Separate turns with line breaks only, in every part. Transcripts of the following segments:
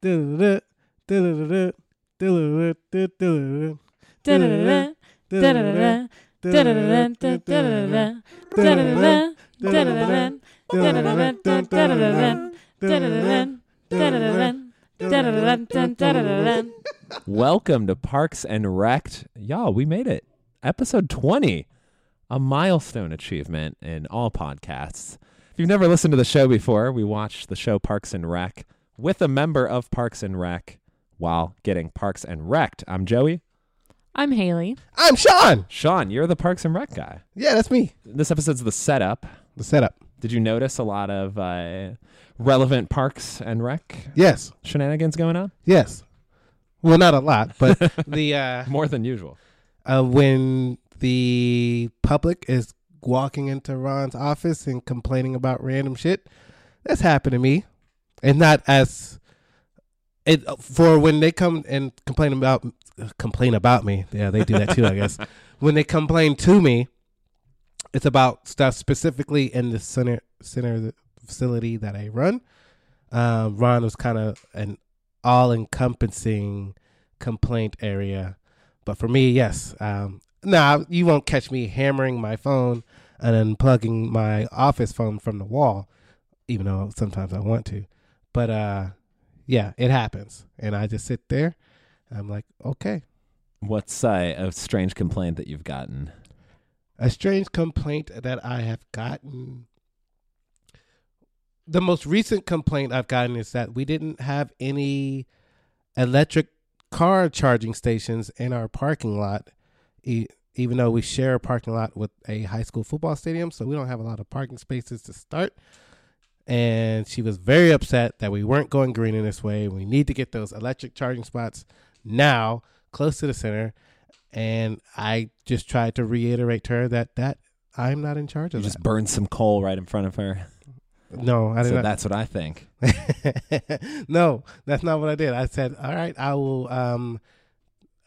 Du-du-du, du-du-du-du, du-du-du-du, du-du-du-du,
Da-da-da-da,
du-du-du-du,
da-da-da-da, da-da-da-da,
du-du-du-du,
da-da-da-da, da-da-da-da, da-da-da-da, da-da-da-da, da-da-da-da,
du-du-du-du,
da-da-da-da, da-da-da-da, da-da-da-da, da-da-da-da.
Welcome to Parks and Wrecked. Y'all, we made it. Episode 20, a milestone achievement in all podcasts. If you've never listened to the show before, we watch the show Parks and Rec with a member of Parks and Rec while getting Parks and Wrecked. I'm Joey.
I'm Haley.
I'm Sean.
Sean, you're the Parks and Rec guy.
Yeah, that's me.
This episode's the setup.
The setup.
Did you notice a lot of uh, relevant Parks and Rec
Yes,
shenanigans going on?
yes. Well, not a lot, but the uh,
More than usual.
uh, when the public is walking into Ron's office and complaining about random shit, that's happened to me, and not as it uh, for when they come and complain about complain about me. Yeah, they do that too, I guess. When they complain to me, it's about stuff specifically in the center center of the facility that I run. Um, Ron was kind of an all encompassing complaint area. But for me, yes. Um, nah, you won't catch me hammering my phone and unplugging my office phone from the wall, even though sometimes I want to. But uh, yeah, it happens. And I just sit there. I'm like, okay.
What's uh, a strange complaint that you've gotten?
A strange complaint that I have gotten. The most recent complaint I've gotten is that we didn't have any electric car charging stations in our parking lot, e- even though we share a parking lot with a high school football stadium. So we don't have a lot of parking spaces to start. And she was very upset that we weren't going green in this way. We need to get those electric charging spots now, close to the center. And I just tried to reiterate to her that that I'm not in charge
You
of
just burned some coal right in front of her.
that. No, I did
So
not.
that's what I think.
no, that's not what I did. I said, "All right, I will. Um,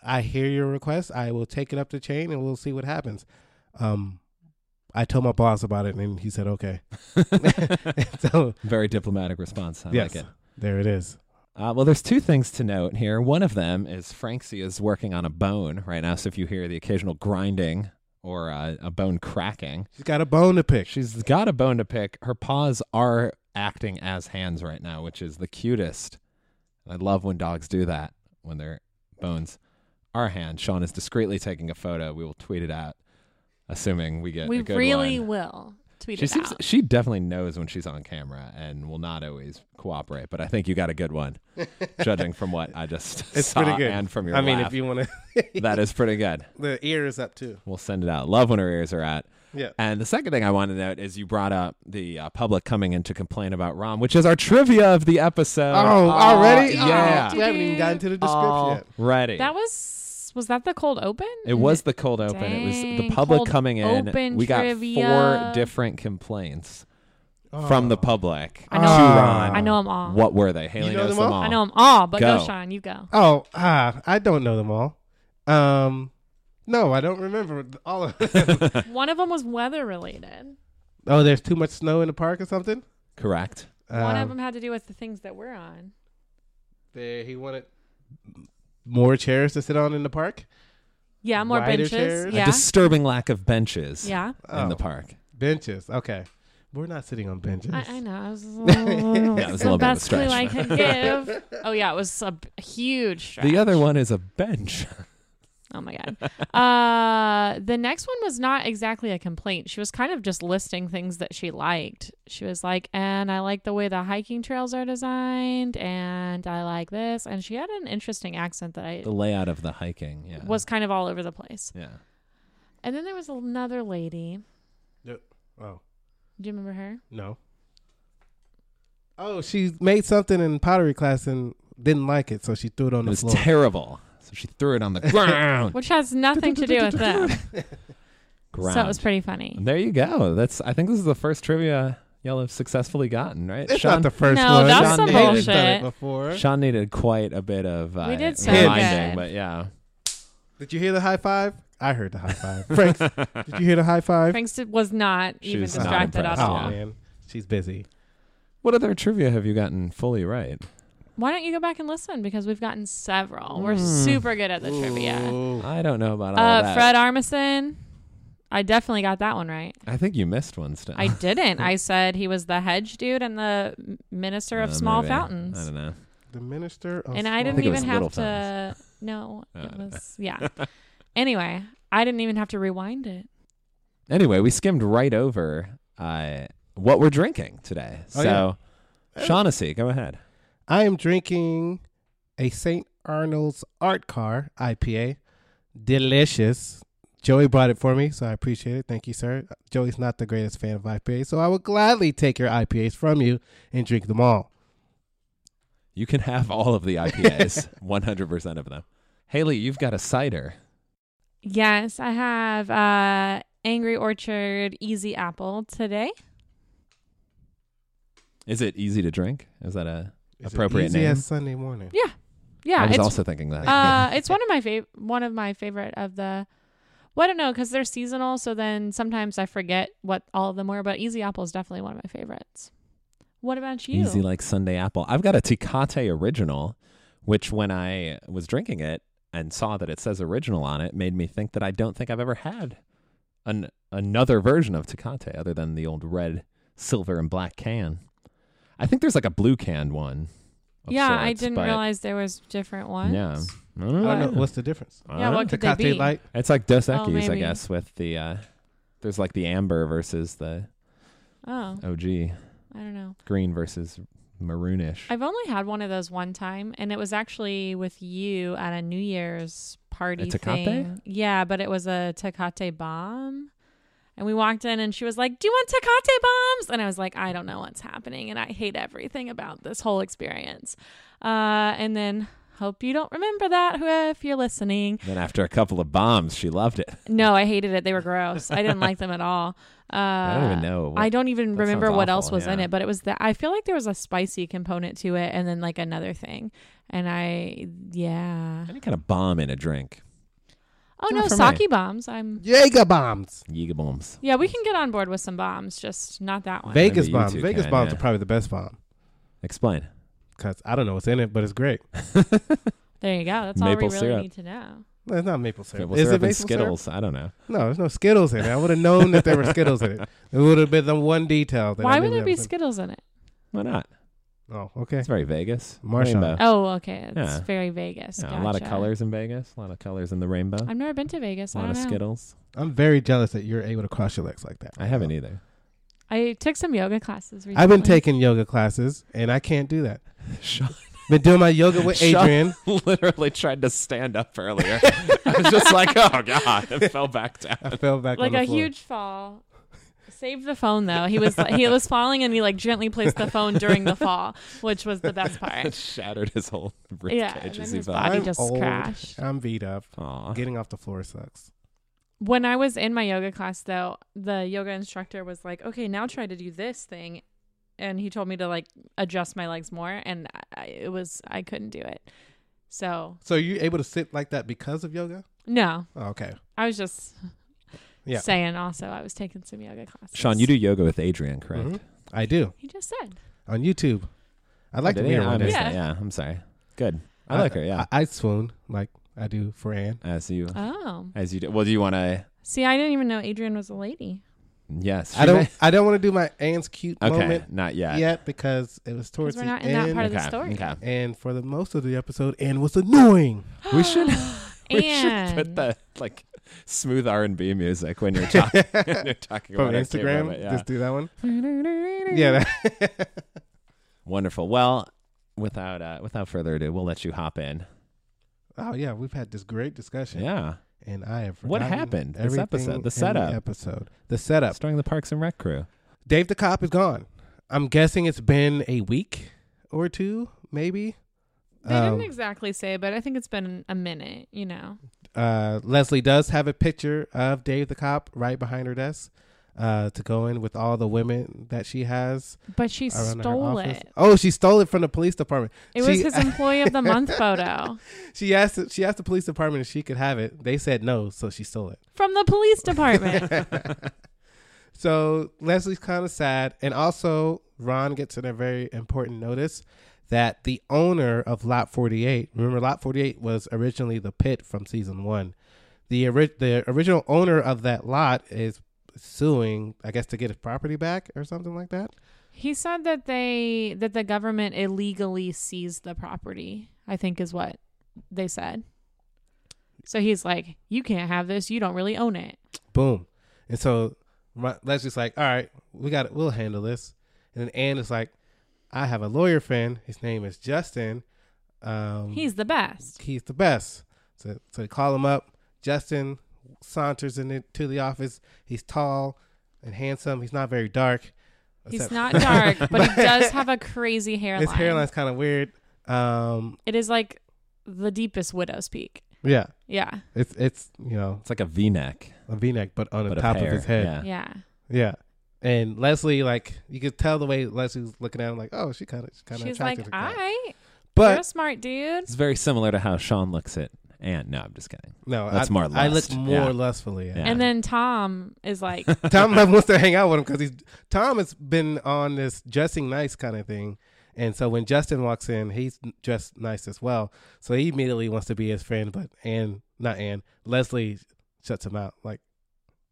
I hear your request. I will take it up the chain, and we'll see what happens." Um, I told my boss about it, and he said, "Okay." so
Very diplomatic response. I
yes,
like it.
there it is.
Uh, well, there's two things to note here. One of them is Franksy is working on a bone right now. So if you hear the occasional grinding or uh, a bone cracking,
She's got a bone to pick.
she's got a bone to pick. Her paws are acting as hands right now, which is the cutest. I love when dogs do that when their bones are hands. Sean is discreetly taking a photo. We will tweet it out, assuming we get
We
a good
really
one.
will tweet
She
it
seems
out.
she definitely knows when she's on camera and will not always cooperate. But I think you got a good one, judging from what I just
It's
saw
pretty good.
and from your.
I mean,
laugh.
if you want to,
that is pretty good.
the ear is up too.
We'll send it out. Love when her ears are out.
Yeah.
And the second thing I want to note is you brought up the uh, public coming in to complain about Rom, which is our trivia of the episode.
Oh, already?
uh, yeah. Oh,
Oh, we haven't even gotten to the description yet.
Ready.
That was was that the cold open?
it was the cold open. it was the
Dang,
public
cold
coming in.
open
we got
trivia.
four different complaints from
Oh.
the public
I know.
to Ron.
I know I'm all.
What were they? Haley
know
knows
them
them all.
all?
I know I'm all, but go,
Go.
Sean, you go.
Oh, ah, I don't know them all. Um, no, I don't remember all of them.
One of them was weather related.
oh, there's too much snow in the park or something.
Correct.
One of
Um,
them had to do with the things that we're on.
There, he wanted more chairs to sit on in the park.
Yeah, more
Wider
benches.
chairs?
Yeah.
A disturbing lack of benches
yeah.
in
Oh.
the park.
Benches. Okay, we're not sitting on benches.
I, I know. I was, that
was a little bit of a
best clue I
stretch.
could give. Oh yeah, it was a b- huge stretch.
The other one is a bench.
Oh my god. Uh, the next one was not exactly a complaint. She was kind of just listing things that she liked. She was like, "And I like the way the hiking trails are designed, and I like this." And she had an interesting accent that I
the layout of the hiking. Yeah.
was kind of all over the place.
yeah.
And then there was another lady.
oh
Do you remember her?
no. Oh, she made something in pottery class and didn't like it, so she threw it on
It
the
was
floor.
terrible. So she threw it on the ground.
Which has nothing to do with them.
ground.
So it was pretty funny.
there you go. That's. I think this is the first trivia y'all have successfully gotten, right?
it's
Sean,
not the first
No,
one.
that's
some
Haley's done it
bullshit.
before.
Sean needed quite a bit of uh,
We did so
reminding,
good.
but yeah.
Did you hear the high five? I heard the high five. Frank, did you hear the high five?
Franks was not
She
even
was not
distracted at
impressed,
oh
all.
yeah.
man, she's busy.
What other trivia have you gotten fully right?
Why don't you go back and listen? Because we've gotten several. We're super good at the trivia.
Ooh.
I don't know about all
Uh,
that.
Fred Armisen. I definitely got that one right.
I think you missed one still.
I didn't. I said he was the hedge dude and the m- minister of
Uh,
small
maybe. I
fountains.
don't know.
The minister of
And I
small-
didn't
think it was
even have
Little
to. No, it
Uh,
was. Yeah. anyway, I didn't even have to rewind it.
Anyway, we skimmed right over uh, what we're drinking today.
Oh,
so, Shaughnessy, go ahead.
I am drinking a St. Arnold's Art Car IPA. Delicious. Joey brought it for me, so I appreciate it. Thank you, sir. Joey's not the greatest fan of IPAs, so I will gladly take your IPAs from you and drink them all.
You can have all of the IPAs, 100% of them. Haley, you've got a cider.
Yes, I have uh, Angry Orchard Easy Apple today.
Is it easy to drink? Is that a.
Is it
Appropriate
easy
name.
as Sunday morning.
I
Yeah,
was
it's
also thinking that.
uh, it's one of my favorite one of my favorite of the. Well, I don't know because they're seasonal, so then sometimes I forget what all of them were. But Easy Apple is definitely one of my favorites. What about you?
Easy like Sunday apple. I've got a Tecate original, which when I was drinking it and saw that it says original on it, made me think that I don't think I've ever had an another version of Tecate other than the old red, silver, and black can. I think there's like a blue can one. of
yeah, I
sorts,
didn't
but-
realize there was different ones.
Yeah. I
I
don't
don't know.
know.
What's the difference?
I don't
Yeah,
know.
what could they
Tecate
be?
Light?
It's like Dos
Oh,
Equis, I
maybe.
guess, with the uh there's like the amber versus the
Oh,
OG,
I don't know.
green versus maroonish.
I've only had one of those one time, and it was actually with you at a New Year's party
Tecate?
thing. Yeah, but it was a Tecate bomb. And we walked in, and she was like, "Do you want Tecate bombs?" And I was like, "I don't know what's happening, and I hate everything about this whole experience." Uh, and then hope you don't remember that who- if you're listening.
then after a couple of bombs, she loved it.
No, I hated it. They were gross. I didn't like them at all. Uh,
I don't even know. what-
I don't even
that
remember
sounds
what
awful,
else was in
yeah.
it, but it was that I feel like there was a spicy component to it and then like another thing. And I yeah.
Any kind of bomb in a drink.
Oh
Not
no,
for
sake bombs. I'm
Jaeger bombs.
Yiga bombs.
yeah, we can get on board with some bombs, just not that one.
Vegas
you
bombs.
two
Vegas
can,
bombs
yeah.
are probably the best bomb
Explain.
because I don't know what's in it, but it's great.
there you go. That's all
Maple
we really
syrup.
need to know.
No, It's not maple syrup.
Maple
Is
syrup
it
and
maple syrup?
Skittles. I don't know.
No, there's no Skittles in it. I would have known that there were Skittles in it. It would have been the one detail. That I
Why
knew
would there
that
be
was in-
Skittles in it?
Why not?
Oh, okay.
It's very Vegas.
Marshmallow.
Rainbow.
Oh, okay. It's
Yeah.
very Vegas.
Yeah, A lot of
Gotcha.
colors in Vegas. A lot of colors in the rainbow.
I've never been to Vegas.
a
I
lot
don't
of
know.
Skittles.
I'm very jealous that you're able to cross your legs like that.
I haven't either.
I took some yoga classes recently.
I've been taking yoga classes and I can't do that.
Sean
Been doing my yoga with
Shut-
Adrian.
literally tried to stand up earlier. I was just like, oh god, and fell back down.
I fell back
like
on the
a
floor.
huge fall. Saved the phone though. He was he was falling and he like gently placed the phone during the fall, which was the best
It
part.
shattered his whole rib
Yeah, and
cage
then
as he
his
fell.
body
I'm
just
old.
crashed.
I'm beat up.
Aw.
Getting off the floor sucks.
When I was in my yoga class though, the yoga instructor was like, "Okay, now try to do this thing." And he told me to like adjust my legs more and I, it was I couldn't do it. So,
So you able to sit like that because of yoga?
no.
Oh, okay.
I was just
Yeah.
saying also I was taking some yoga classes.
Sean, you do yoga with Adrian, correct?
Mhm. I do
He just said.
on YouTube. I'd like
Did
to
he?
meet her
I
one day.
missed
Yeah.
that. yeah, I'm sorry. Good. I, like her, yeah.
Oh, I, I swoon like Uh, I do for Anne.
as you
Oh.
as you do. Well, do you want to
See, I didn't even know Adrian was a lady.
Yes.
I
she
don't.
may-
I don't want to do my Anne's cute
Okay,
moment
not yet.
yet because it was towards the
Cuz we're not in that
end.
part of the
Okay,
story.
okay.
and for the most of the episode, Anne was annoying.
We should we should
and
put the like smooth R and B music when you're talking when you're talking
From
about our cute
Instagram,
moment, yeah.
just do that one. Yeah, that-
Wonderful. Well, without uh, without further ado, we'll let you hop in.
Oh yeah, we've had this great discussion.
Yeah,
And I have
What
forgotten
happened this
everything
episode? The
in
setup.
episode. The setup.
starring the Parks and Rec crew.
Dave the cop is gone. I'm guessing it's been a week or two, maybe.
They
Um,
didn't exactly say, but I think it's been a minute, you know.
uh, Leslie does have a picture of Dave the cop right behind her desk uh, to go in with all the women that she has
But she
around her
stole
office.
it.
Oh, she stole it from the police department.
It was
She-
his employee of the month photo
She asked. She asked the police department if she could have it. They said no, so she stole it.
from the police department.
So Leslie's kind of sad, and also Ron gets in a very important notice that the owner of Lot 48, remember Lot 48 was originally the pit from season one. The, ori- the original owner of that lot is suing, I guess, to get his property back or something like that.
He said that they that the government illegally seized the property. I think is what they said. So he's like, "You can't have this. You don't really own it."
Boom. And so my, Leslie's like, all right, we got it. We'll handle this. And then Anne is like, I have a lawyer friend. His name is Justin. Um,
He's the best.
he's the best. So, so they call him up. Justin saunters into the office. He's tall and handsome. He's not very dark.
He's
Except-
not dark, but he does have a crazy hairline.
His hairline's kind of weird. Um,
It is like the deepest widow's peak.
yeah,
Yeah,
it's it's you know
It's like a V-neck,
a V-neck, but on the
but of
top of
hair.
his head.
Yeah.
yeah.
Yeah. And Leslie, like you could tell the way Leslie's looking at him, like, oh, she kind of, she kind of
She's
attracted
like,
to
"All
that.
right,
But
you're a smart dude."
It's very similar to how Sean looks at Ant. No, I'm just kidding.
No,
That's
I,
more
I look
lust.
more
Yeah.
lustfully. at
Yeah.
it.
And then Tom is like,
Tom like, wants to hang out with him because he's Tom has been on this dressing nice kind of thing, and so when Justin walks in, he's dressed nice as well. So he immediately wants to be his friend, but Anne, not Anne, Leslie shuts him out. Like,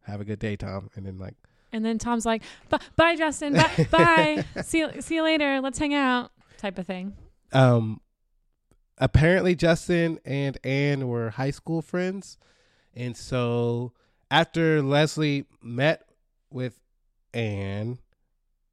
have a good day, Tom, and then like,
and then Tom's like, "Bu- "Bye, Justin. Bye, bye. See, you- see you later. Let's hang out." Type of thing.
um, apparently Justin and Anne were high school friends, and so after Leslie met with Anne,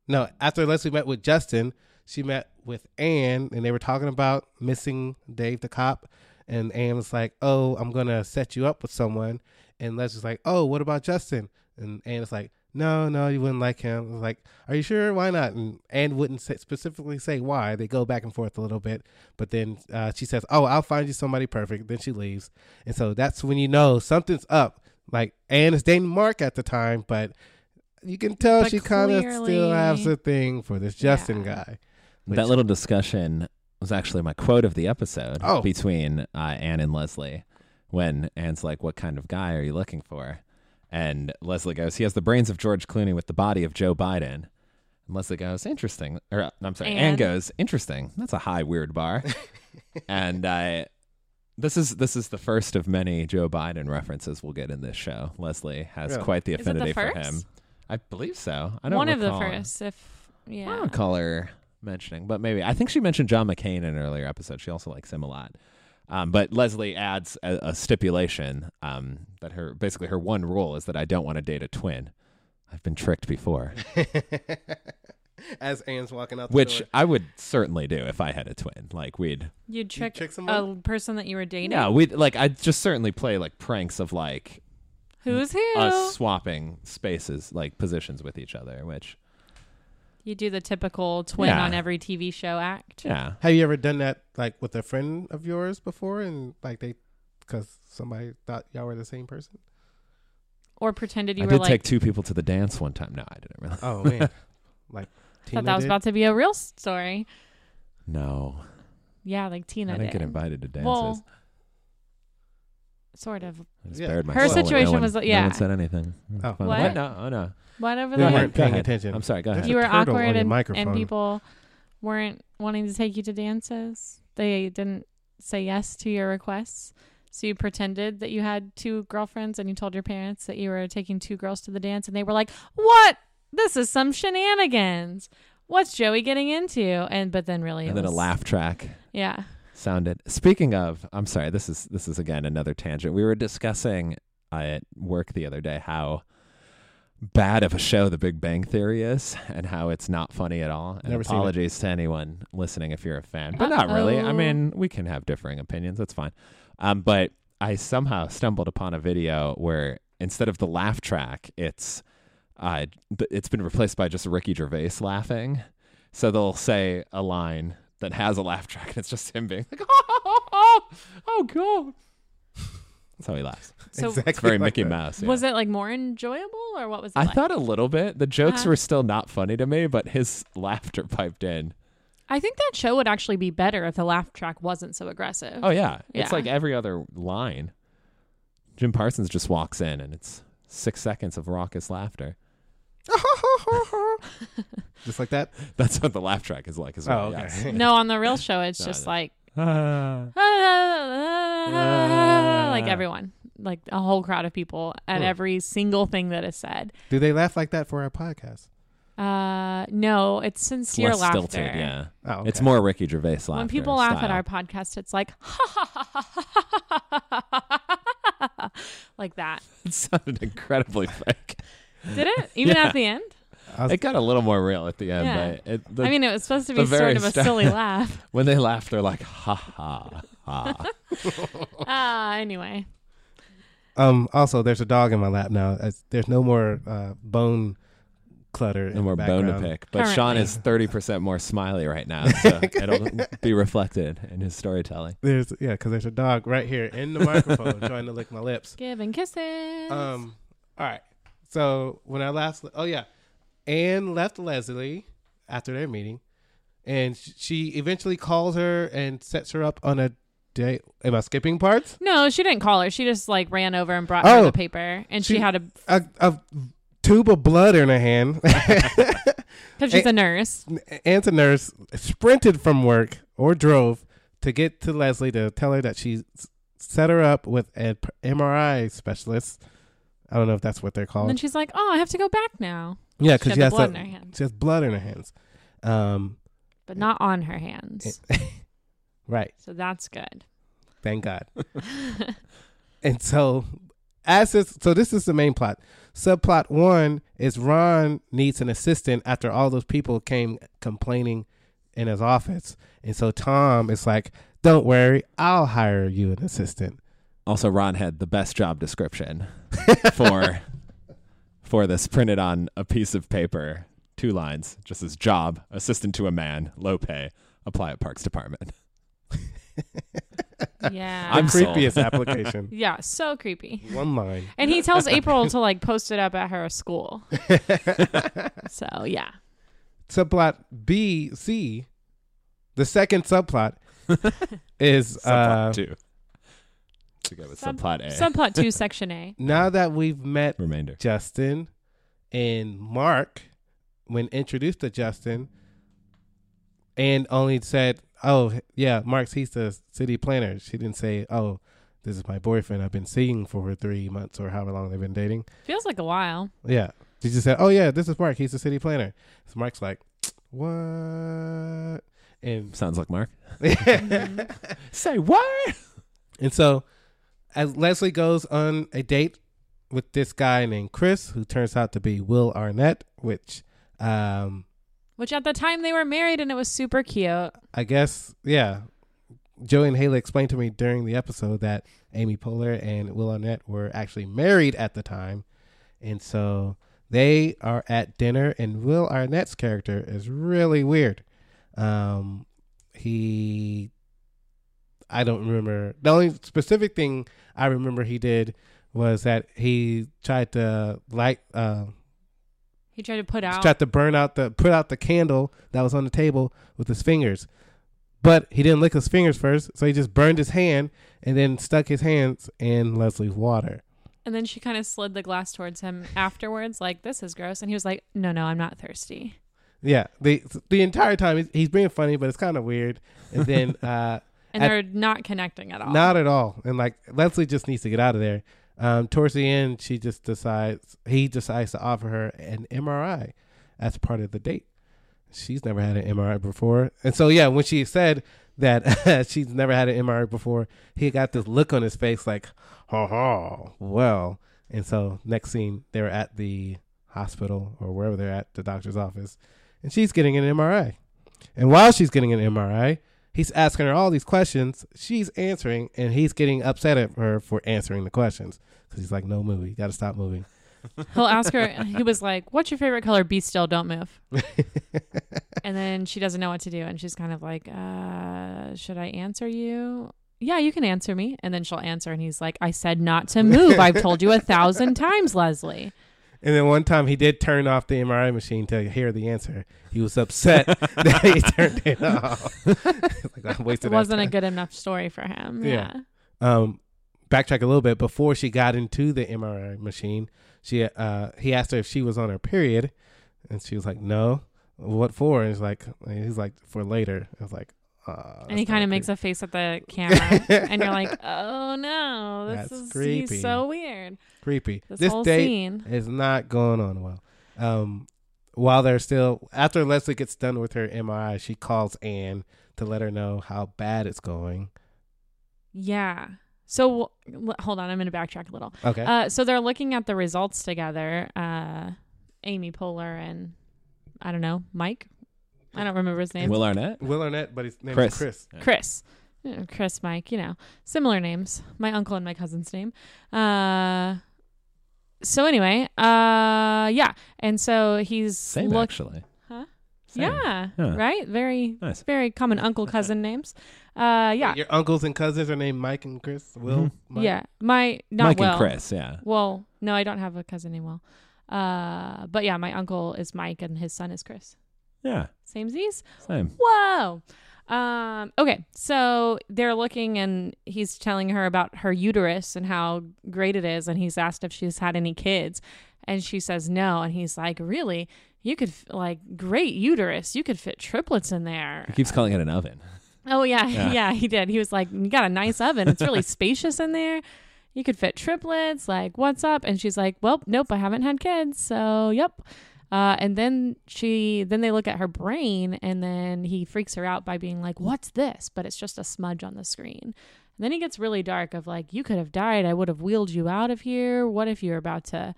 no, after Leslie met with Justin, she met with Anne, and they were talking about missing Dave the cop, and Anne was like, "Oh, I'm gonna set you up with someone," and Leslie's like, "Oh, what about Justin?" And Anne is like. No, no, you wouldn't like him. I was like, are you sure? Why not? And Anne wouldn't say, specifically say why. They go back and forth a little bit, but then uh, she says, "Oh, I'll find you somebody perfect." Then she leaves, and so that's when you know something's up. Like Anne is dating Mark at the time, but you can tell
But
she kind of still
clearly-
has a thing for this Justin
Yeah.
guy.
that little discussion was actually my quote of the episode
Oh.
between uh, Anne and Leslie when Anne's like, What kind of guy are you looking for? And Leslie goes, He has the brains of George Clooney with the body of Joe Biden. And Leslie goes, Interesting. Or, uh, I'm sorry, Anne
Anne.
goes, Interesting. That's a high, weird bar. and I. This is this is the first of many Joe Biden references we'll get in this show. Leslie has
Really?
quite the
Is it the
affinity for
first?
him. I believe so. I don't
One of the
recall.
first, if yeah.
I don't call her mentioning, but maybe I think she mentioned John McCain in an earlier episode. She also likes him a lot. Um, but Leslie adds a, a stipulation um, that her basically her one rule is that I don't want to date a twin. I've been tricked before,
As Anne's walking out, the
which
door.
I would certainly do if I had a twin. Like we'd
You trick,
trick
a
someone?
person that you were dating.
yeah, we'd like I'd just certainly play like pranks of like
Who's who?
us swapping spaces like positions with each other. Which
You do the typical twin
Yeah.
on every TV show act.
yeah,
have you ever done that like with a friend of yours before, and like they because somebody thought y'all were the same person?
Or pretended you
I
were
did
like,
take two people to the dance one time. No, I didn't really.
Oh man, like Tina
thought that was
did?
about to be a real story.
No,
Yeah, like Tina
I didn't
did.
get invited to dances.
Well, sort of.
I just
Yeah.
buried my
Her
soul and
situation
no one-
was like-
No
yeah.
one said anything.
Oh.
Fine.
What?
No, oh no.
What
We
over
Go
there?
ahead,
weren't
go
paying
ahead.
attention.
I'm sorry. Go
There's
ahead.
you
a
were
turtle on
awkward
your
and,
microphone.
and people weren't wanting to take you to dances. They didn't say yes to your requests. So you pretended that you had two girlfriends and you told your parents that you were taking two girls to the dance and they were like, "What? This is some shenanigans. What's Joey getting into?" And but then really it
and then a
was-
laugh track
Yeah.
sounded. Speaking of, I'm sorry. This is this is again another tangent. We were discussing uh, at work the other day how bad of a show The Big Bang Theory is, and how it's not funny at all. And
Never seen it.
apologies to anyone listening if you're a fan, but not really. I
Uh-oh.
mean, we can have differing opinions. That's fine. Um, but I somehow stumbled upon a video where instead of the laugh track, it's uh, th- it's been replaced by just Ricky Gervais laughing. So they'll say a line that has a laugh track, and it's just him being like, "Oh, god!" That's how he laughs.
So
exactly
It's very
like
Mickey
that.
Mouse. yeah.
was it like more enjoyable or what was it
I
like?
thought a little bit. The jokes
Uh-huh.
were still not funny to me, but his laughter piped in.
I think that show would actually be better if the laugh track wasn't so aggressive.
Oh yeah, it's
Yeah.
like every other line. Jim Parsons just walks in, and it's six seconds of raucous laughter.
Just like that.
That's what the laugh track is like as well.
Oh, okay.
yes.
No, on the real show, it's
No,
just
no.
like
Ah.
like everyone, like a whole crowd of people, and
Hmm.
every single thing that is said.
Do they laugh like that for our podcast?
Uh, no, it's
It's
sincere
less
laughter.
stilted, yeah.
Oh, okay.
It's more Ricky Gervais laughter.
When people laugh at
style.
our podcast, it's like ha ha ha ha ha ha like that.
It sounded incredibly fake.
Did it? Even
Yeah.
at the end?
It got a little more real at the end,
Yeah.
but it, the,
I mean, it was supposed to
the
be sort
very
of a
sta-
silly laugh.
when they laugh, they're like, ha ha ha.
Ah, anyway.
Um. Also, there's a dog in my lap now. As- There's no more uh, bone clutter.
and we're bone to pick. But Sean
Currently.
is 30% more smiley right now, so it'll be reflected in his storytelling.
There's yeah, because there's a dog right here in the microphone trying to lick my lips.
Giving kisses.
Um. All right. So when I last, oh yeah, Anne left Leslie after their meeting, and sh- she eventually calls her and sets her up on a date. Am I skipping parts?
no, she didn't call her. She just like ran over and brought
Oh.
her the paper, and she,
She-
had a
A, a tube of blood in her hand.
because she's a nurse.
Anne's a nurse, sprinted from work or drove to get to Leslie to tell her that she s- set her up with an MRI specialist. I don't know if that's what they're
And then
called.
she's like, "Oh, I have to go back now."
Yeah,
She
because
had
she,
the
has
blood
to-
in her hand,
she has blood in her hands. Um,
but not on her hands.
right.
So that's good.
Thank God. And so, as this, so this is the main plot. Subplot one is Ron needs an assistant after all those people came complaining in his office, and so Tom is like, "Don't worry, I'll hire you an assistant."
Also, Ron had the best job description for for this printed on a piece of paper, two lines, just his job, assistant to a man, low pay, apply at Parks Department.
Yeah.
I'm
the creepiest
sold.
application.
yeah, so creepy.
One line.
And he tells April to like post it up at her school. so yeah,
Subplot B C, the second subplot is
Subplot
uh,
two. To go with
Sub-
Eh.
subplot A.
subplot two, section A.
now that we've met
Remainder.
Justin and Mark, when introduced to Justin, and only said, "Oh yeah, Mark's he's the city planner." She didn't say, "Oh, this is my boyfriend. I've been seeing for three months or however long they've been dating."
Feels like a while.
Yeah, she just said, "Oh yeah, this is Mark. He's the city planner." So Mark's like, "What?" And
Sounds like Mark.
Mm-hmm.
Say what?
And so, as Leslie goes on a date with this guy named Chris, who turns out to be Will Arnett, which um,
Which at the time they were married, and it was super cute.
I guess, yeah, Joey and Haley explained to me during the episode that Amy Poehler and Will Arnett were actually married at the time. And so they are at dinner, and Will Arnett's character is really weird. Um, he, I don't remember. The only specific thing I remember he did was that he tried to light, uh,
He tried to put out.
tried to burn out the put out the candle that was on the table with his fingers. But he didn't lick his fingers first, so he just burned his hand and then stuck his hands in Leslie's water.
And then she kind of slid the glass towards him afterwards, like, this is gross. And he was like, no, no, I'm not thirsty.
Yeah, the the entire time he's, he's being funny, but it's kind of weird. And then uh,
And
At-
they're not connecting at all.
not at all. And like Leslie just needs to get out of there. Um, towards the end, she just decides he decides to offer her an MRI as part of the date. She's never had an MRI before, and so yeah, when she said that she's never had an MRI before, he got this look on his face like, "Ha ha, well." And so next scene, they're at the hospital or wherever they're at, the doctor's office, and she's getting an MRI. And while she's getting an MRI, he's asking her all these questions. She's answering, and he's getting upset at her for answering the questions because he's like, "No movie, got to stop moving."
He'll ask her, he was like, what's your favorite color? Be still, don't move. and then she doesn't know what to do. And she's kind of like, uh, should I answer you? Yeah, you can answer me. And then she'll answer. And he's like, I said not to move. I've told you a thousand times, Leslie.
And then one time he did turn off the MRI machine to hear the answer. He was upset that he turned it off. like I
It
wasted. our
wasn't a
time.
good enough story for him.
Yeah.
Yeah.
um, backtrack a little bit before she got into the MRI machine. She uh, he asked her if she was on her period, And she was like, "No, what for?" And he's like, and he's like, "For later." I was like, uh,
and he kind of makes a face at the camera, and you're like, "Oh no, this
That's
is
creepy.
he's so weird."
creepy.
This,
This,
whole
date
scene,
is not going on well. Um, while they're still after Leslie gets done with her MRI, she calls Anne to let her know how bad it's going.
yeah. So w- l- hold on, I'm going to backtrack a little.
Okay,
Uh, so they're looking at the results together. Uh, Amy Poehler and I don't know Mike. I don't remember his name.
Will Arnett?
Will Arnett, but his name
Chris.
is Chris.
Chris. Yeah, Chris, Mike, you know, similar names. My uncle and my cousin's name. Uh, so anyway, uh, yeah, and so he's
Same
look-
actually.
Huh?
Same.
yeah,
Yeah.
right, very,
Nice.
very common uncle cousin names. Uh, yeah,
Your uncles and cousins are named Mike and Chris. Will,
Mhm.
Mike.
yeah, my not
Mike
Will.
and Chris, yeah.
Well, no, I don't have a cousin named Will. Uh, but yeah, my uncle is Mike and his son is Chris.
Yeah.
Same Z's.
Same.
Whoa. Um, okay, so they're looking, and he's telling her about her uterus and how great it is, and he's asked if she's had any kids, and she says no, and he's like, "Really? You could f- like great uterus. You could fit triplets in there."
He keeps calling it an oven.
Oh yeah,
Yeah.
yeah, he did. He was like, "You got a nice oven. It's really spacious in there. You could fit triplets. Like, what's up?" And she's like, "Well, nope, I haven't had kids. So, yep." Uh, and then she, then they look at her brain, and then he freaks her out by being like, "What's this?" But it's just a smudge on the screen. And then he gets really dark of like, "You could have died. I would have wheeled you out of here. What if you're about to?"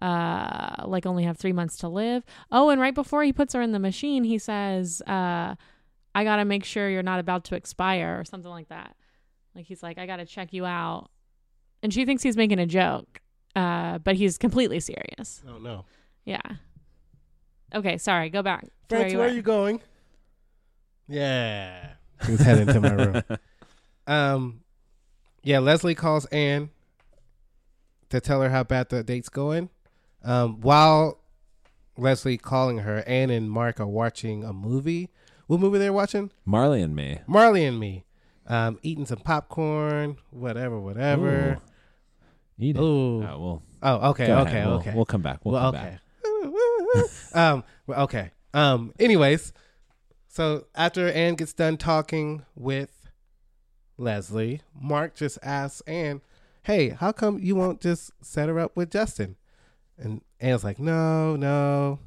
uh like only have three months to live oh and right before he puts her in the machine he says uh I gotta make sure you're not about to expire or something like that. Like he's like, I gotta check you out, and she thinks he's making a joke, uh, but he's completely serious.
Oh no,
Yeah. Okay, sorry. Go back. to
French, where
were.
are you going? Yeah, she was heading to my room. Um, yeah, Leslie calls Anne to tell her how bad the date's going. Um, while Leslie calling her, Anne and Mark are watching a movie. What movie they're watching?
Marley and me.
Marley and Me. Um, eating some popcorn, whatever, whatever.
Ooh. Eat it.
Ooh.
Oh, well,
Oh, okay,
go ahead.
okay,
We'll-
okay.
We'll come back. We'll,
well,
come
okay.
back.
um, well, okay. Um, anyways, so after Anne gets done talking with Leslie, Mark just asks Anne, "Hey, how come you won't just set her up with Justin?" And Anne's like, "No, no."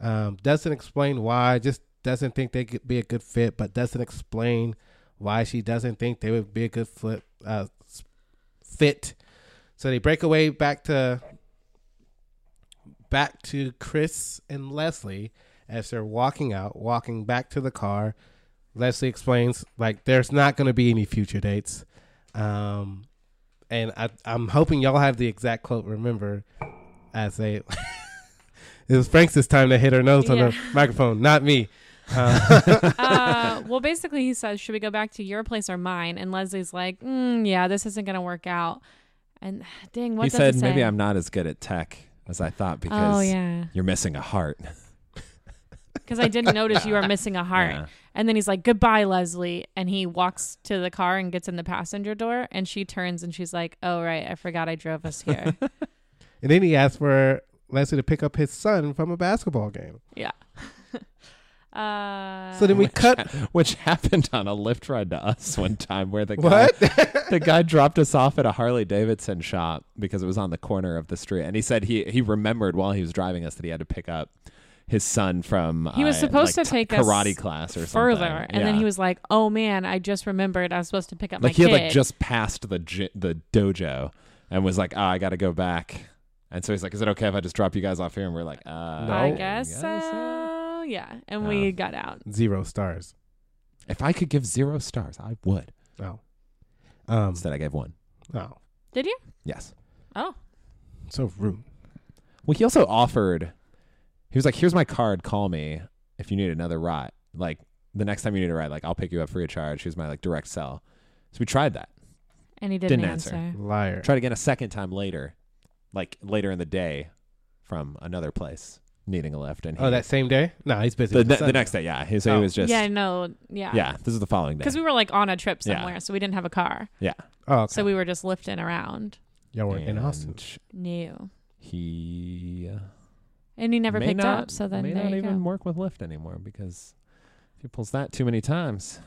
Um, doesn't explain why. Just doesn't think they could be a good fit, but doesn't explain why she doesn't think they would be a good flip, uh, s- fit. So they break away back to back to Chris and Leslie as they're walking out, walking back to the car. Leslie explains like there's not going to be any future dates, um, and I, I'm hoping y'all have the exact quote. Remember, as they it was Frank's this time that hit her nose on the
Yeah.
microphone, not me. Uh,
uh, well, basically, he says, "Should we go back to your place or mine?" And Leslie's like, mm, "Yeah, this isn't gonna work out." And dang, what
he
does
said,
it say?
maybe I'm not as good at tech as I thought because
Oh yeah,
you're missing a heart.
because I didn't notice you were missing a heart.
Yeah.
And then he's like, "Goodbye, Leslie," and he walks to the car and gets in the passenger door. And she turns and she's like, "Oh right, I forgot I drove us here."
and then he asked for Leslie to pick up his son from a basketball game.
yeah. uh,
So then we
Which
cut.
which happened on a lift ride to us one time where the guy,
What?
the guy dropped us off at a Harley Davidson shop because it was on the corner of the street and he said he he remembered while he was driving us that he had to pick up his son from
He was
uh,
supposed
like,
to take
t-
us
karate class or
further,
something.
and then
Yeah.
he was like, "Oh man, I just remembered I was supposed to pick up my
like he
kid."
had like just passed the gy- the dojo and was like, "Oh, I got to go back." And so he's like, "Is it okay if I just drop you guys off here?" And we're like, uh,
No.
I guess so. Yeah, and
Yeah.
we got out.
Zero stars.
If I could give zero stars, I would.
Oh. Um,
Instead, I gave one.
oh.
Did you?
Yes.
Oh,
So rude.
Well, he also offered. He was like, "Here's my card. Call me if you need another ride. Like the next time you need a ride, like I'll pick you up free of charge." Here's my like direct sell. So we tried that.
and he didn't,
Didn't
answer.
answer.
Liar.
Tried again a second time later, like later in the day, from another place needing a lift. And he,
Oh, that same day? No, he's busy.
the,
with
ne- the
son.
next day. Yeah, he, so
Oh.
he was just
yeah, no, yeah,
Yeah, this is the following day.
because we were like on a trip
Yeah.
somewhere, so we didn't have a car,
yeah,
Oh, okay.
so we were just lifting around.
y'all were in Austin.
And
New.
He, uh,
and he never
may
picked
not-
up. So then
may
there
not
you
even
go.
work with Lyft anymore because he pulls that too many times.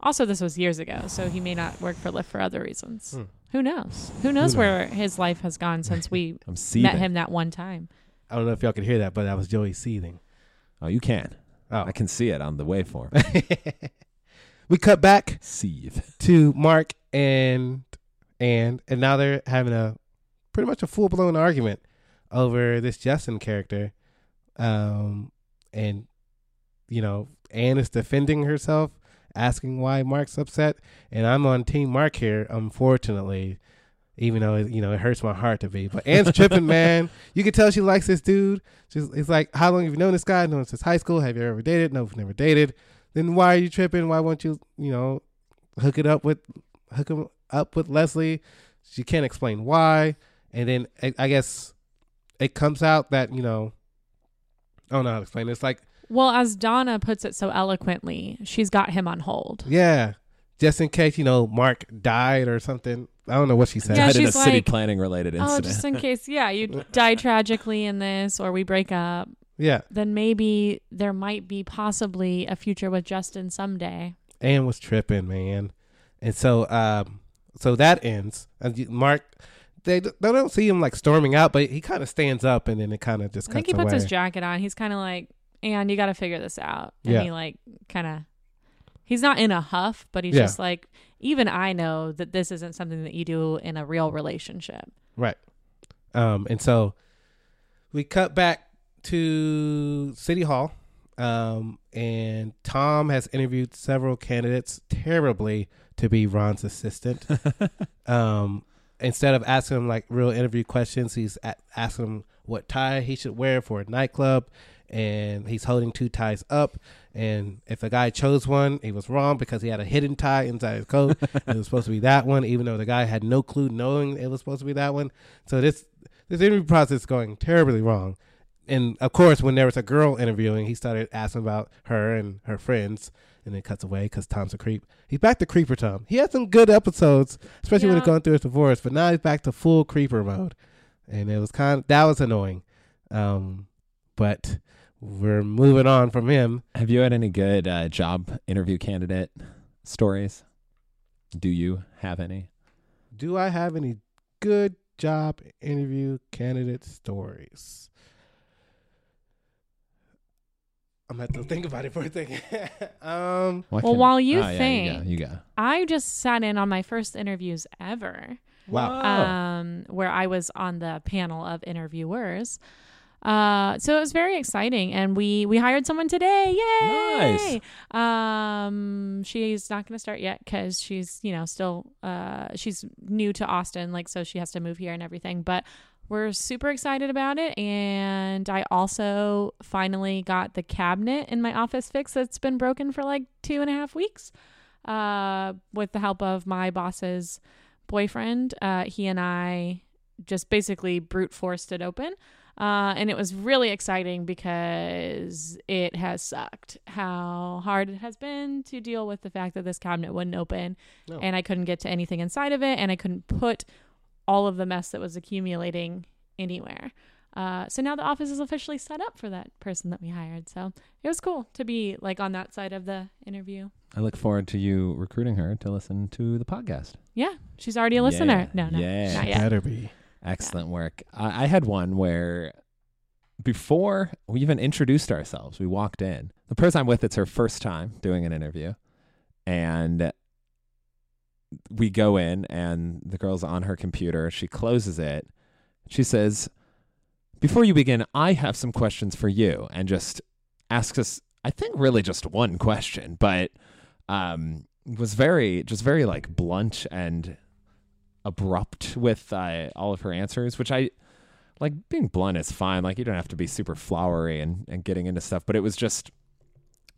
Also, this was years ago, so he may not work for Lyft for other reasons.
Hmm.
Who knows? Who knows
knows?
where his life has gone since we
I'm seething.
met him that one time?
I don't know if y'all could hear that, but that was Joey seething.
Oh, you can.
Oh.
I can see it on the waveform.
we cut back
Seethe.
to Mark and and and now they're having a pretty much a full blown argument over this Justin character. Um and you know, Anne is defending herself, asking why Mark's upset, and I'm on team Mark here, unfortunately. Even though it, you know it hurts my heart to be, but Anne's tripping, man. You can tell she likes this dude. She's it's like, how long have you known this guy? No, since high school. Have you ever dated? No, we've never dated. Then why are you tripping? Why won't you, you know, hook it up with hook him up with Leslie. She can't explain why, and then I, I guess it comes out that you know I don't know how to explain. It. It's like
Well, as Donna puts it so eloquently, she's got him on hold.
yeah, just in case you know Mark died or something. I don't know what she said.
Yeah,
Died in a
she's
city
like,
planning related
Oh,
incident.
just in case, yeah, you die tragically in this, or we break up,
Yeah,
then maybe there might be possibly a future with Justin someday.
Anne was tripping, man, and so um, so that ends. And you- Mark. They, d- they don't see him like storming out, but he kind of stands up and then it kind of just
I
cuts
think he puts
away.
his jacket on. He's kind of like, and you got to figure this out. And
Yeah.
he like kind of, he's not in a huff, but he's
Yeah.
just like, even I know that this isn't something that you do in a real relationship.
Right. Um, and so we cut back to City Hall. Um, and Tom has interviewed several candidates terribly to be Ron's assistant. um, instead of asking him like real interview questions, he's a- asking him what tie he should wear for a nightclub. And he's holding two ties up. And if a guy chose one, he was wrong because he had a hidden tie inside his coat. it was supposed to be that one, even though the guy had no clue knowing it was supposed to be that one. So this this interview process is going terribly wrong. And of course, when there was a girl interviewing, he started asking about her and her friends, and then cuts away because Tom's a creep. He's back to creeper Tom. He had some good episodes, especially when
Yeah.
he's going through his divorce, but now he's back to full creeper mode, and it was kind of that was annoying. Um, but we're moving on from him.
Have you had any good uh, job interview candidate stories? Do you have any?
Do I have any good job interview candidate stories? I'm gonna have to think about it for a second. um,
Why
Well,
can't-
while you
Oh, yeah, you go. You go.
I just sat in on my first interviews ever,
Wow.
um, where I was on the panel of interviewers. Uh, so it was very exciting, and we we hired someone today. Yay! Nice. Um, she's not going to start yet because she's you know still uh she's new to Austin, like so she has to move here and everything. But we're super excited about it, and I also finally got the cabinet in my office fixed that's been broken for like two and a half weeks uh, with the help of my boss's boyfriend. Uh, he and I just basically brute forced it open. Uh, and it was really exciting because it has sucked how hard it has been to deal with the fact that this cabinet wouldn't open
No.
and I couldn't get to anything inside of it and I couldn't put all of the mess that was accumulating anywhere. Uh, so now the office is officially set up for that person that we hired. So it was cool to be like on that side of the interview.
I look forward to you recruiting her to listen to the podcast.
Yeah, she's already a listener.
Yeah,
No, no,
yeah.
not
She
yet.
better be.
Excellent work. I, I had one where before we even introduced ourselves, we walked in. The person I'm with, it's her first time doing an interview. And we go in, and the girl's on her computer. She closes it. She says, Before you begin, I have some questions for you. And just asks us, I think, really just one question, but um, was very, just very like blunt and abrupt with uh, all of her answers, which I like being blunt is fine. Like you don't have to be super flowery and, and getting into stuff, but it was just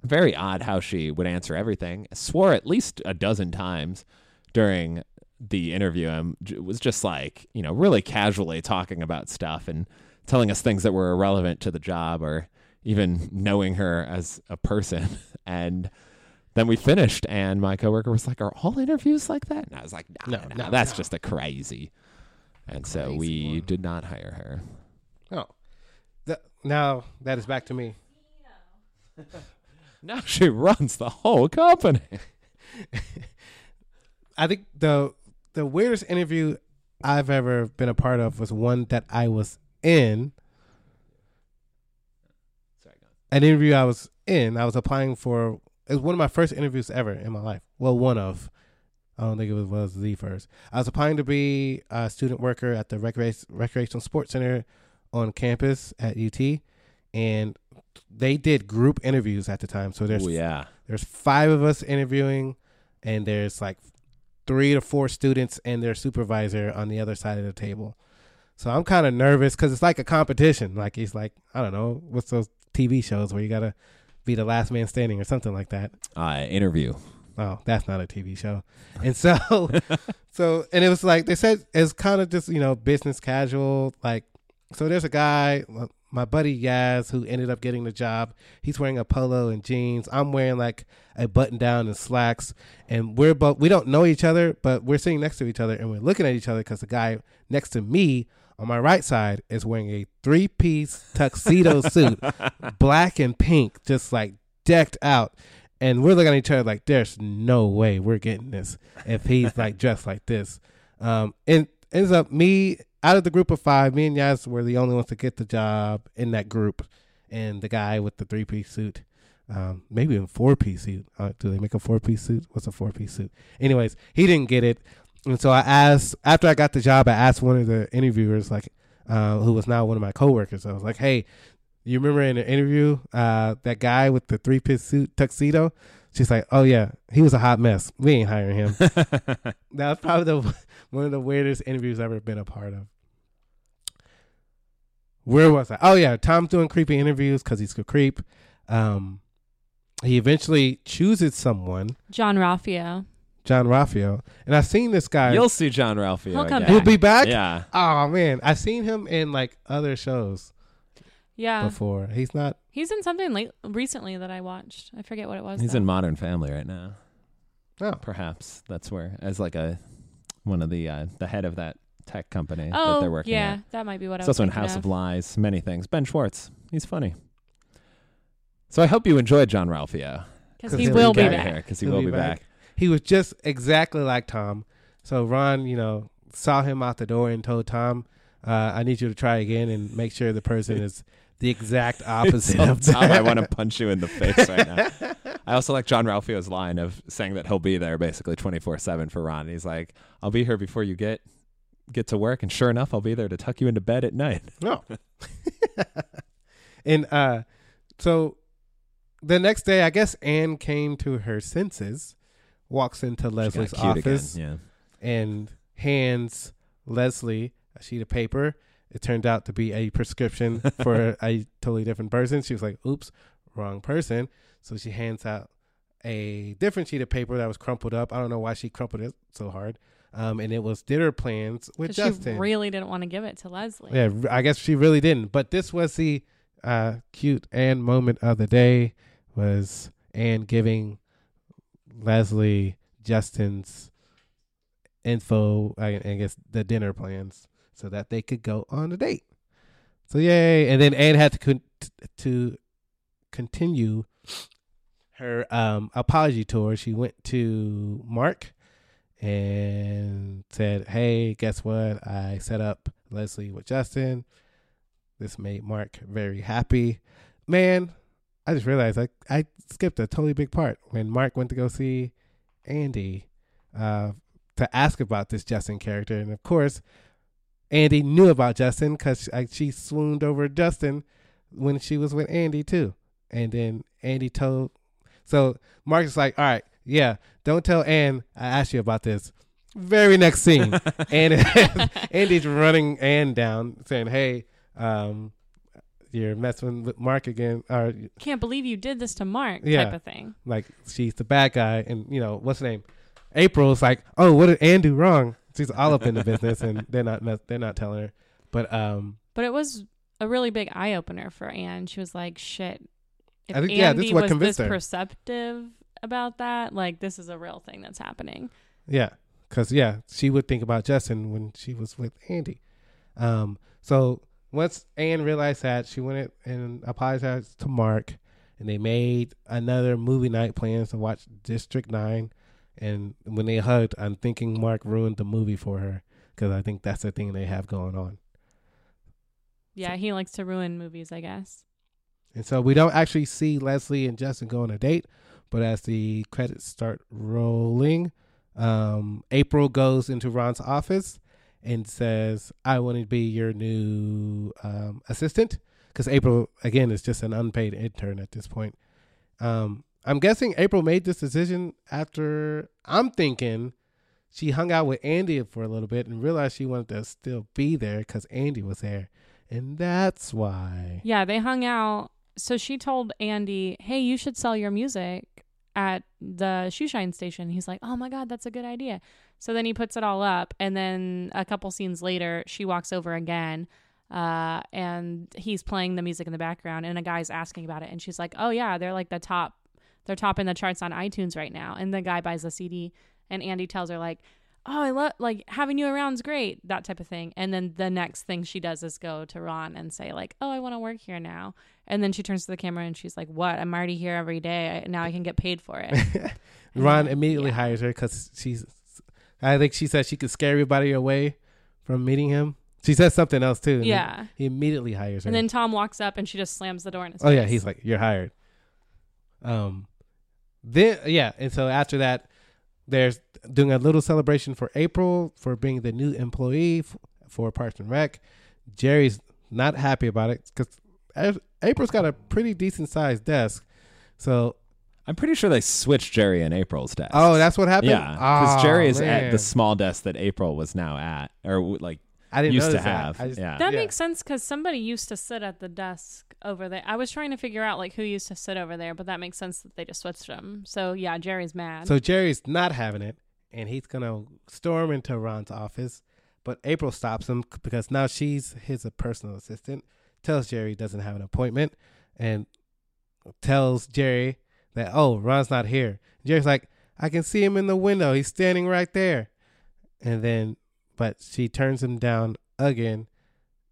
very odd how she would answer everything. Swore at least a dozen times during the interview and j- was just like, you know, really casually talking about stuff and telling us things that were irrelevant to the job or even knowing her as a person. and then we finished and my coworker was like, Are all interviews like that? And I was like, No,
No,
no,
no,
that's just a crazy. And so
Crazy
we
one.
did not hire her.
Oh, Th- now that is back to me.
Now she runs the whole company.
I think the the weirdest interview I've ever been a part of was one that I was in.
Sorry, go on.
An interview I was in. I was applying for. It was one of my first interviews ever in my life. Well, one of. I don't think it was was the first. I was applying to be a student worker at the recreation, recreational sports center on campus at UT, and they did group interviews at the time. So there's
Ooh, Oh, yeah.
there's five of us interviewing and there's like three to four students and their supervisor on the other side of the table so i'm kind of nervous because it's like a competition like it's like i don't know what's those tv shows where you gotta be the last man standing or something like that
Uh, interview.
oh that's not a tv show and so so and it was like they said it's kind of just you know business casual like so there's a guy my buddy yaz who ended up getting the job he's wearing a polo and jeans i'm wearing like a button down and slacks and we're both we don't know each other but we're sitting next to each other and we're looking at each other because the guy next to me on my right side is wearing a three piece tuxedo suit black and pink just like decked out and we're looking at each other like there's no way we're getting this if he's like dressed like this. Um, and ends up me out of the group of five, me and Yaz were the only ones to get the job in that group, and the guy with the three piece suit, um, maybe even four piece suit. Uh, do they make a four piece suit? What's a four piece suit? Anyways, he didn't get it, and so I asked after I got the job, I asked one of the interviewers, like, uh, who was now one of my coworkers. I was like, hey. You remember in the interview, uh, that guy with the three piece suit tuxedo? She's like, "Oh yeah, he was a hot mess. We ain't hiring him." that was probably the one of the weirdest interviews I've ever been a part of. Where was I? Oh yeah, Tom's doing creepy interviews because he's a creep. Um, he eventually chooses someone,
John Raffio.
John Raffio, and I've seen this guy.
You'll see John Ralphio.
He'll come
again.
back.
He'll be back.
Yeah.
Oh man, I've seen him in like other shows
Yeah,
before. He's not.
he's in something late recently that I watched. I forget what it was.
He's
though.
in Modern Family right now.
Oh,
Perhaps that's where, as like a one of the uh, the head of that tech company that
Oh,
they're working
yeah,
at.
that might be what I
It's
was.
also in
thinking
House of. Lies, many things. Ben Schwartz, he's funny. So I hope you enjoyed John Ralphio.
because
'Cause
he
he'll
will
be
be
back.
back.
because he will be back.
He was just exactly like Tom. So Ron, you know, saw him out the door and told Tom, uh, "I need you to try again and make sure the person is the exact opposite
So,
of that."
Tom, I want to punch you in the face right now. I also like John Ralphio's line of saying that he'll be there basically 24/7 for Ron. He's like, "I'll be here before you get get to work and sure enough, I'll be there to tuck you into bed at night."
No. and uh, so the next day, I guess Anne came to her senses, walks into Leslie's office,
Again.
and hands Leslie a sheet of paper. It turned out to be a prescription for a totally different person. She was like, oops, wrong person. So she hands out a different sheet of paper that was crumpled up. I don't know why she crumpled it so hard. Um, and it was dinner plans with
'Cause she
Justin.
really didn't want to give it to Leslie.
yeah, I guess she really didn't. But this was the uh, cute Anne moment of the day was Anne giving Leslie Justin's info, I, I guess the dinner plans, so that they could go on a date. So yay! And then Anne had to con- t- to continue her um, apology tour. She went to Mark and said, "Hey, guess what? I set up Leslie with Justin. This made Mark very happy. Man, I just realized I I skipped a totally big part when Mark went to go see Andy." Uh, to ask about this Justin character, and of course, Andy knew about Justin because she, she swooned over Justin when she was with Andy too. And then Andy told, so Mark is like, "All right, yeah, don't tell Ann I asked you about this." Very next scene, and Andy's running Ann down, saying, "Hey, um, you're messing with Mark again, or
Can't believe you did this to Mark.
Yeah.
type of thing.
like she's the bad guy and you know what's her name april's like oh what did anne do wrong she's all up in the business and they're not mess- they're not telling her but um
But it was a really big eye opener for Anne. She was like, "Shit." If
I think,
Andy
yeah, this is what
was
convinced
this
her.
perceptive about that, like this is a real thing that's happening.
yeah because yeah she would think about justin when she was with andy um so Once Anne realized that, she went and apologized to Mark, and they made another movie night plans to watch District Nine. And when they hugged, I'm thinking Mark ruined the movie for her because I think that's the thing they have going on.
Yeah, he likes to ruin movies, I guess.
And so we don't actually see Leslie and Justin go on a date, but as the credits start rolling, um, April goes into Ron's office and says, I want to be your new um, assistant. Because April, again, is just an unpaid intern at this point. Um, I'm guessing April made this decision after I'm thinking she hung out with Andy for a little bit and realized she wanted to still be there because Andy was there. And that's why.
Yeah, they hung out. So she told Andy, "Hey, you should sell your music at the shoeshine station." He's like, "Oh my god, that's a good idea." So then he puts it all up, and then a couple scenes later, she walks over again, uh, and he's playing the music in the background, and a guy's asking about it, and she's like, "Oh yeah, they're like the top, they're topping the charts on iTunes right now." And the guy buys the CD, and Andy tells her like, oh i love like having you around's great that type of thing and then the next thing she does is go to ron and say like oh i want to work here now and then she turns to the camera and she's like what i'm already here every day I, now i can get paid for
Ron
it Mm-hmm. Yeah.
immediately hires her because she's. I think she said she could scare everybody away from meeting him. She said something else too. and he-
yeah
He immediately hires her.
and then tom walks up and she just slams the door in his
oh
face
yeah, he's like, "You're hired." Um, then yeah, and so after that, there's doing a little celebration for April for being the new employee f- for Parks and Rec. Jerry's not happy about it because April's got a pretty decent sized desk, so
I'm pretty sure they switched Jerry and April's desk.
oh, that's what happened.
yeah, because
Oh,
Jerry is at
man.
the small desk that April was now at, or w- like
I didn't
used to
notice that.
have.
I just-
yeah,
that
Yeah.
makes sense because somebody used to sit at the desk over there i was trying to figure out like who used to sit over there but that makes sense that they just switched them so yeah jerry's mad
So Jerry's not having it, and he's gonna storm into Ron's office. But April stops him c- because now she's his personal assistant. Tells Jerry he doesn't have an appointment, and tells Jerry that oh Ron's not here. Jerry's like I can see him in the window. He's standing right there. And then, but she turns him down again,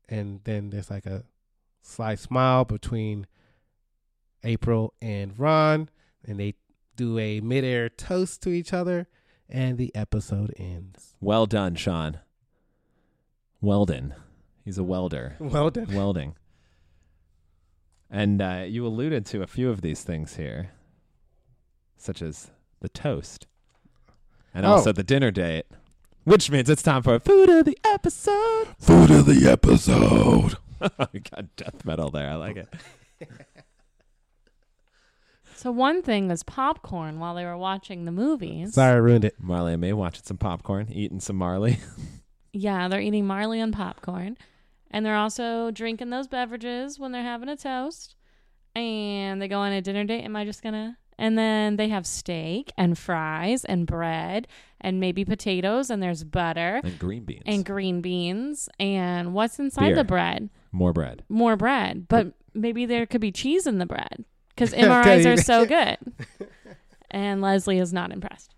and then there's like a sly smile between April and Ron, and they do a midair toast to each other, and the episode ends.
well done, Sean. Weldon, he's a welder.
Well done.
welding. And uh, you alluded to a few of these things here, such as the toast and
Oh.
also the dinner date, which means it's time for food of the episode.
Food of the episode.
we got death metal there. I like it.
so one thing was popcorn while they were watching the movies
Sorry, I ruined it.
Marley and me watching some popcorn, eating some Marley.
Yeah, they're eating Marley and popcorn. And they're also drinking those beverages when they're having a toast. And they go on a dinner date. Am I just going to? And then they have steak and fries and bread and maybe potatoes and there's butter
and green beans.
and green beans. And what's inside
Beer.
the bread?
More bread.
More bread. But maybe there could be cheese in the bread because
Okay.
MRIs are so good. And Leslie is not impressed.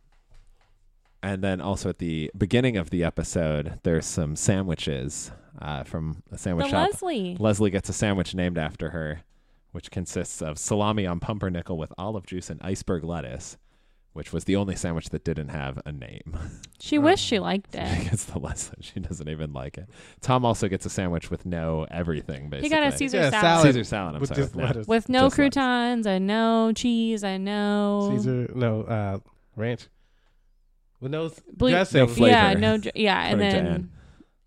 And then also at the beginning of the episode, there's some sandwiches uh, from a sandwich
But
shop.
Leslie.
Leslie gets a sandwich named after her, which consists of salami on pumpernickel with olive juice and iceberg lettuce, which was the only sandwich that didn't have a name.
She wished
uh,
she liked it.
It's the Leslie. She doesn't even like it. Tom also gets a sandwich with no everything,
He
basically.
got a Caesar
Yeah,
salad.
salad.
Caesar salad, I'm
With
sorry.
just
No.
lettuce.
with no
Just lettuce.
croutons and no cheese and no
Caesar, no, uh, ranch. With no s-
Ble-
dressing.
No flavor.
Yeah, no, dr- yeah, and
According to
then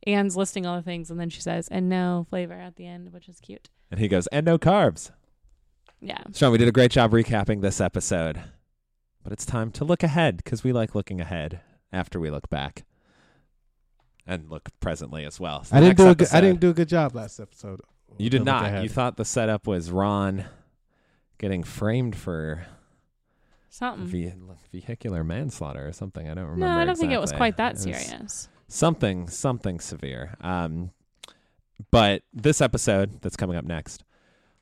Anne's listing all the things, and then she says, "and no flavor" at the end, which is cute.
And he goes, and no carbs.
Yeah,
Sean, we did a great job recapping this episode, but it's time to look ahead because we like looking ahead after we look back and look presently as well. So
I
the
didn't do. A
next
good, I
episode-
didn't do a good job last episode.
You did
Look
not.
ahead.
You thought the setup was Ron getting framed for
something.
ve- vehicular manslaughter or something. I don't remember.
no, I don't think it was
exactly.
quite that
It was
serious.
Something, something severe. Um, but this episode that's coming up next,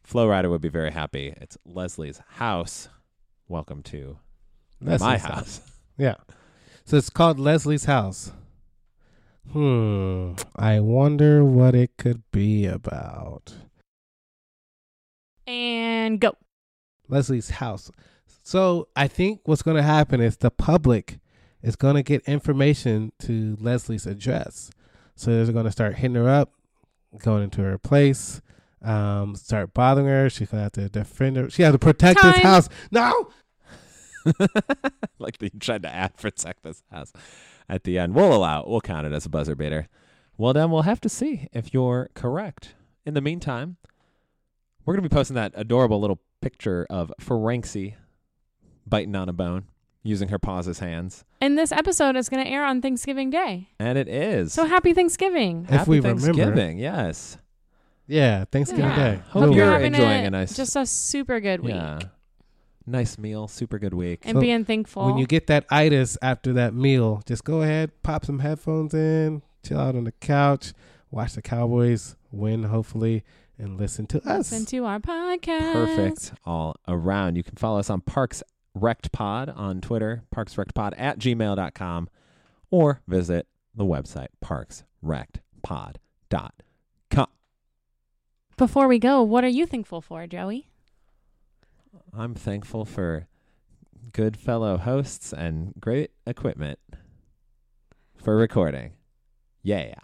Flow Rider would be very happy. It's Leslie's house. Welcome to
Leslie's
my
house.
house.
Yeah. So it's called Leslie's house. Hmm. I wonder what it could be about.
And go.
Leslie's house. So I think what's going to happen is the public is going to get information to Leslie's address. So they're going to start hitting her up, going into her place, um, start bothering her. She's going to have to defend her. She has to protect
Time.
this house. No.
like they tried to ad protect this house at the end. We'll allow it. We'll count it as a buzzer beater. Well, then we'll have to see if you're correct. In the meantime, we're going to be posting that adorable little picture of Ferenxi biting on a bone using her paws as hands.
And this episode is going to air on Thanksgiving Day.
And it is.
So happy Thanksgiving.
If we remember.
Thanksgiving, yes.
Yeah. Thanksgiving
Yeah.
Day.
Hope
Little
you're
word.
having
enjoying
a,
a nice-
just a super good week
Yeah. Nice meal, super good week.
and
So,
being thankful.
When you get that itis after that meal, just go ahead, pop some headphones in, chill out on the couch, watch the Cowboys win, hopefully, and listen to us.
listen to our podcast.
perfect all around. You can follow us on Parks Rect Pod on Twitter, parksrectpod at gmail.com, or visit the website parksrectpod.com.
Before we go, what are you thankful for, Joey?
I'm thankful for good fellow hosts and great equipment for recording. Yeah.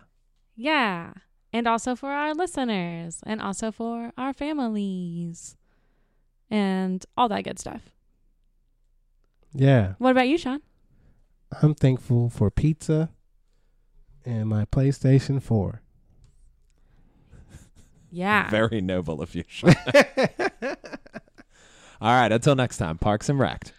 Yeah. And also for our listeners and also for our families and all that good stuff.
yeah.
What about you, Sean?
I'm thankful for pizza and my PlayStation 4.
Yeah.
Very noble of you. Sean. all right. Until next time, Parks and Rect.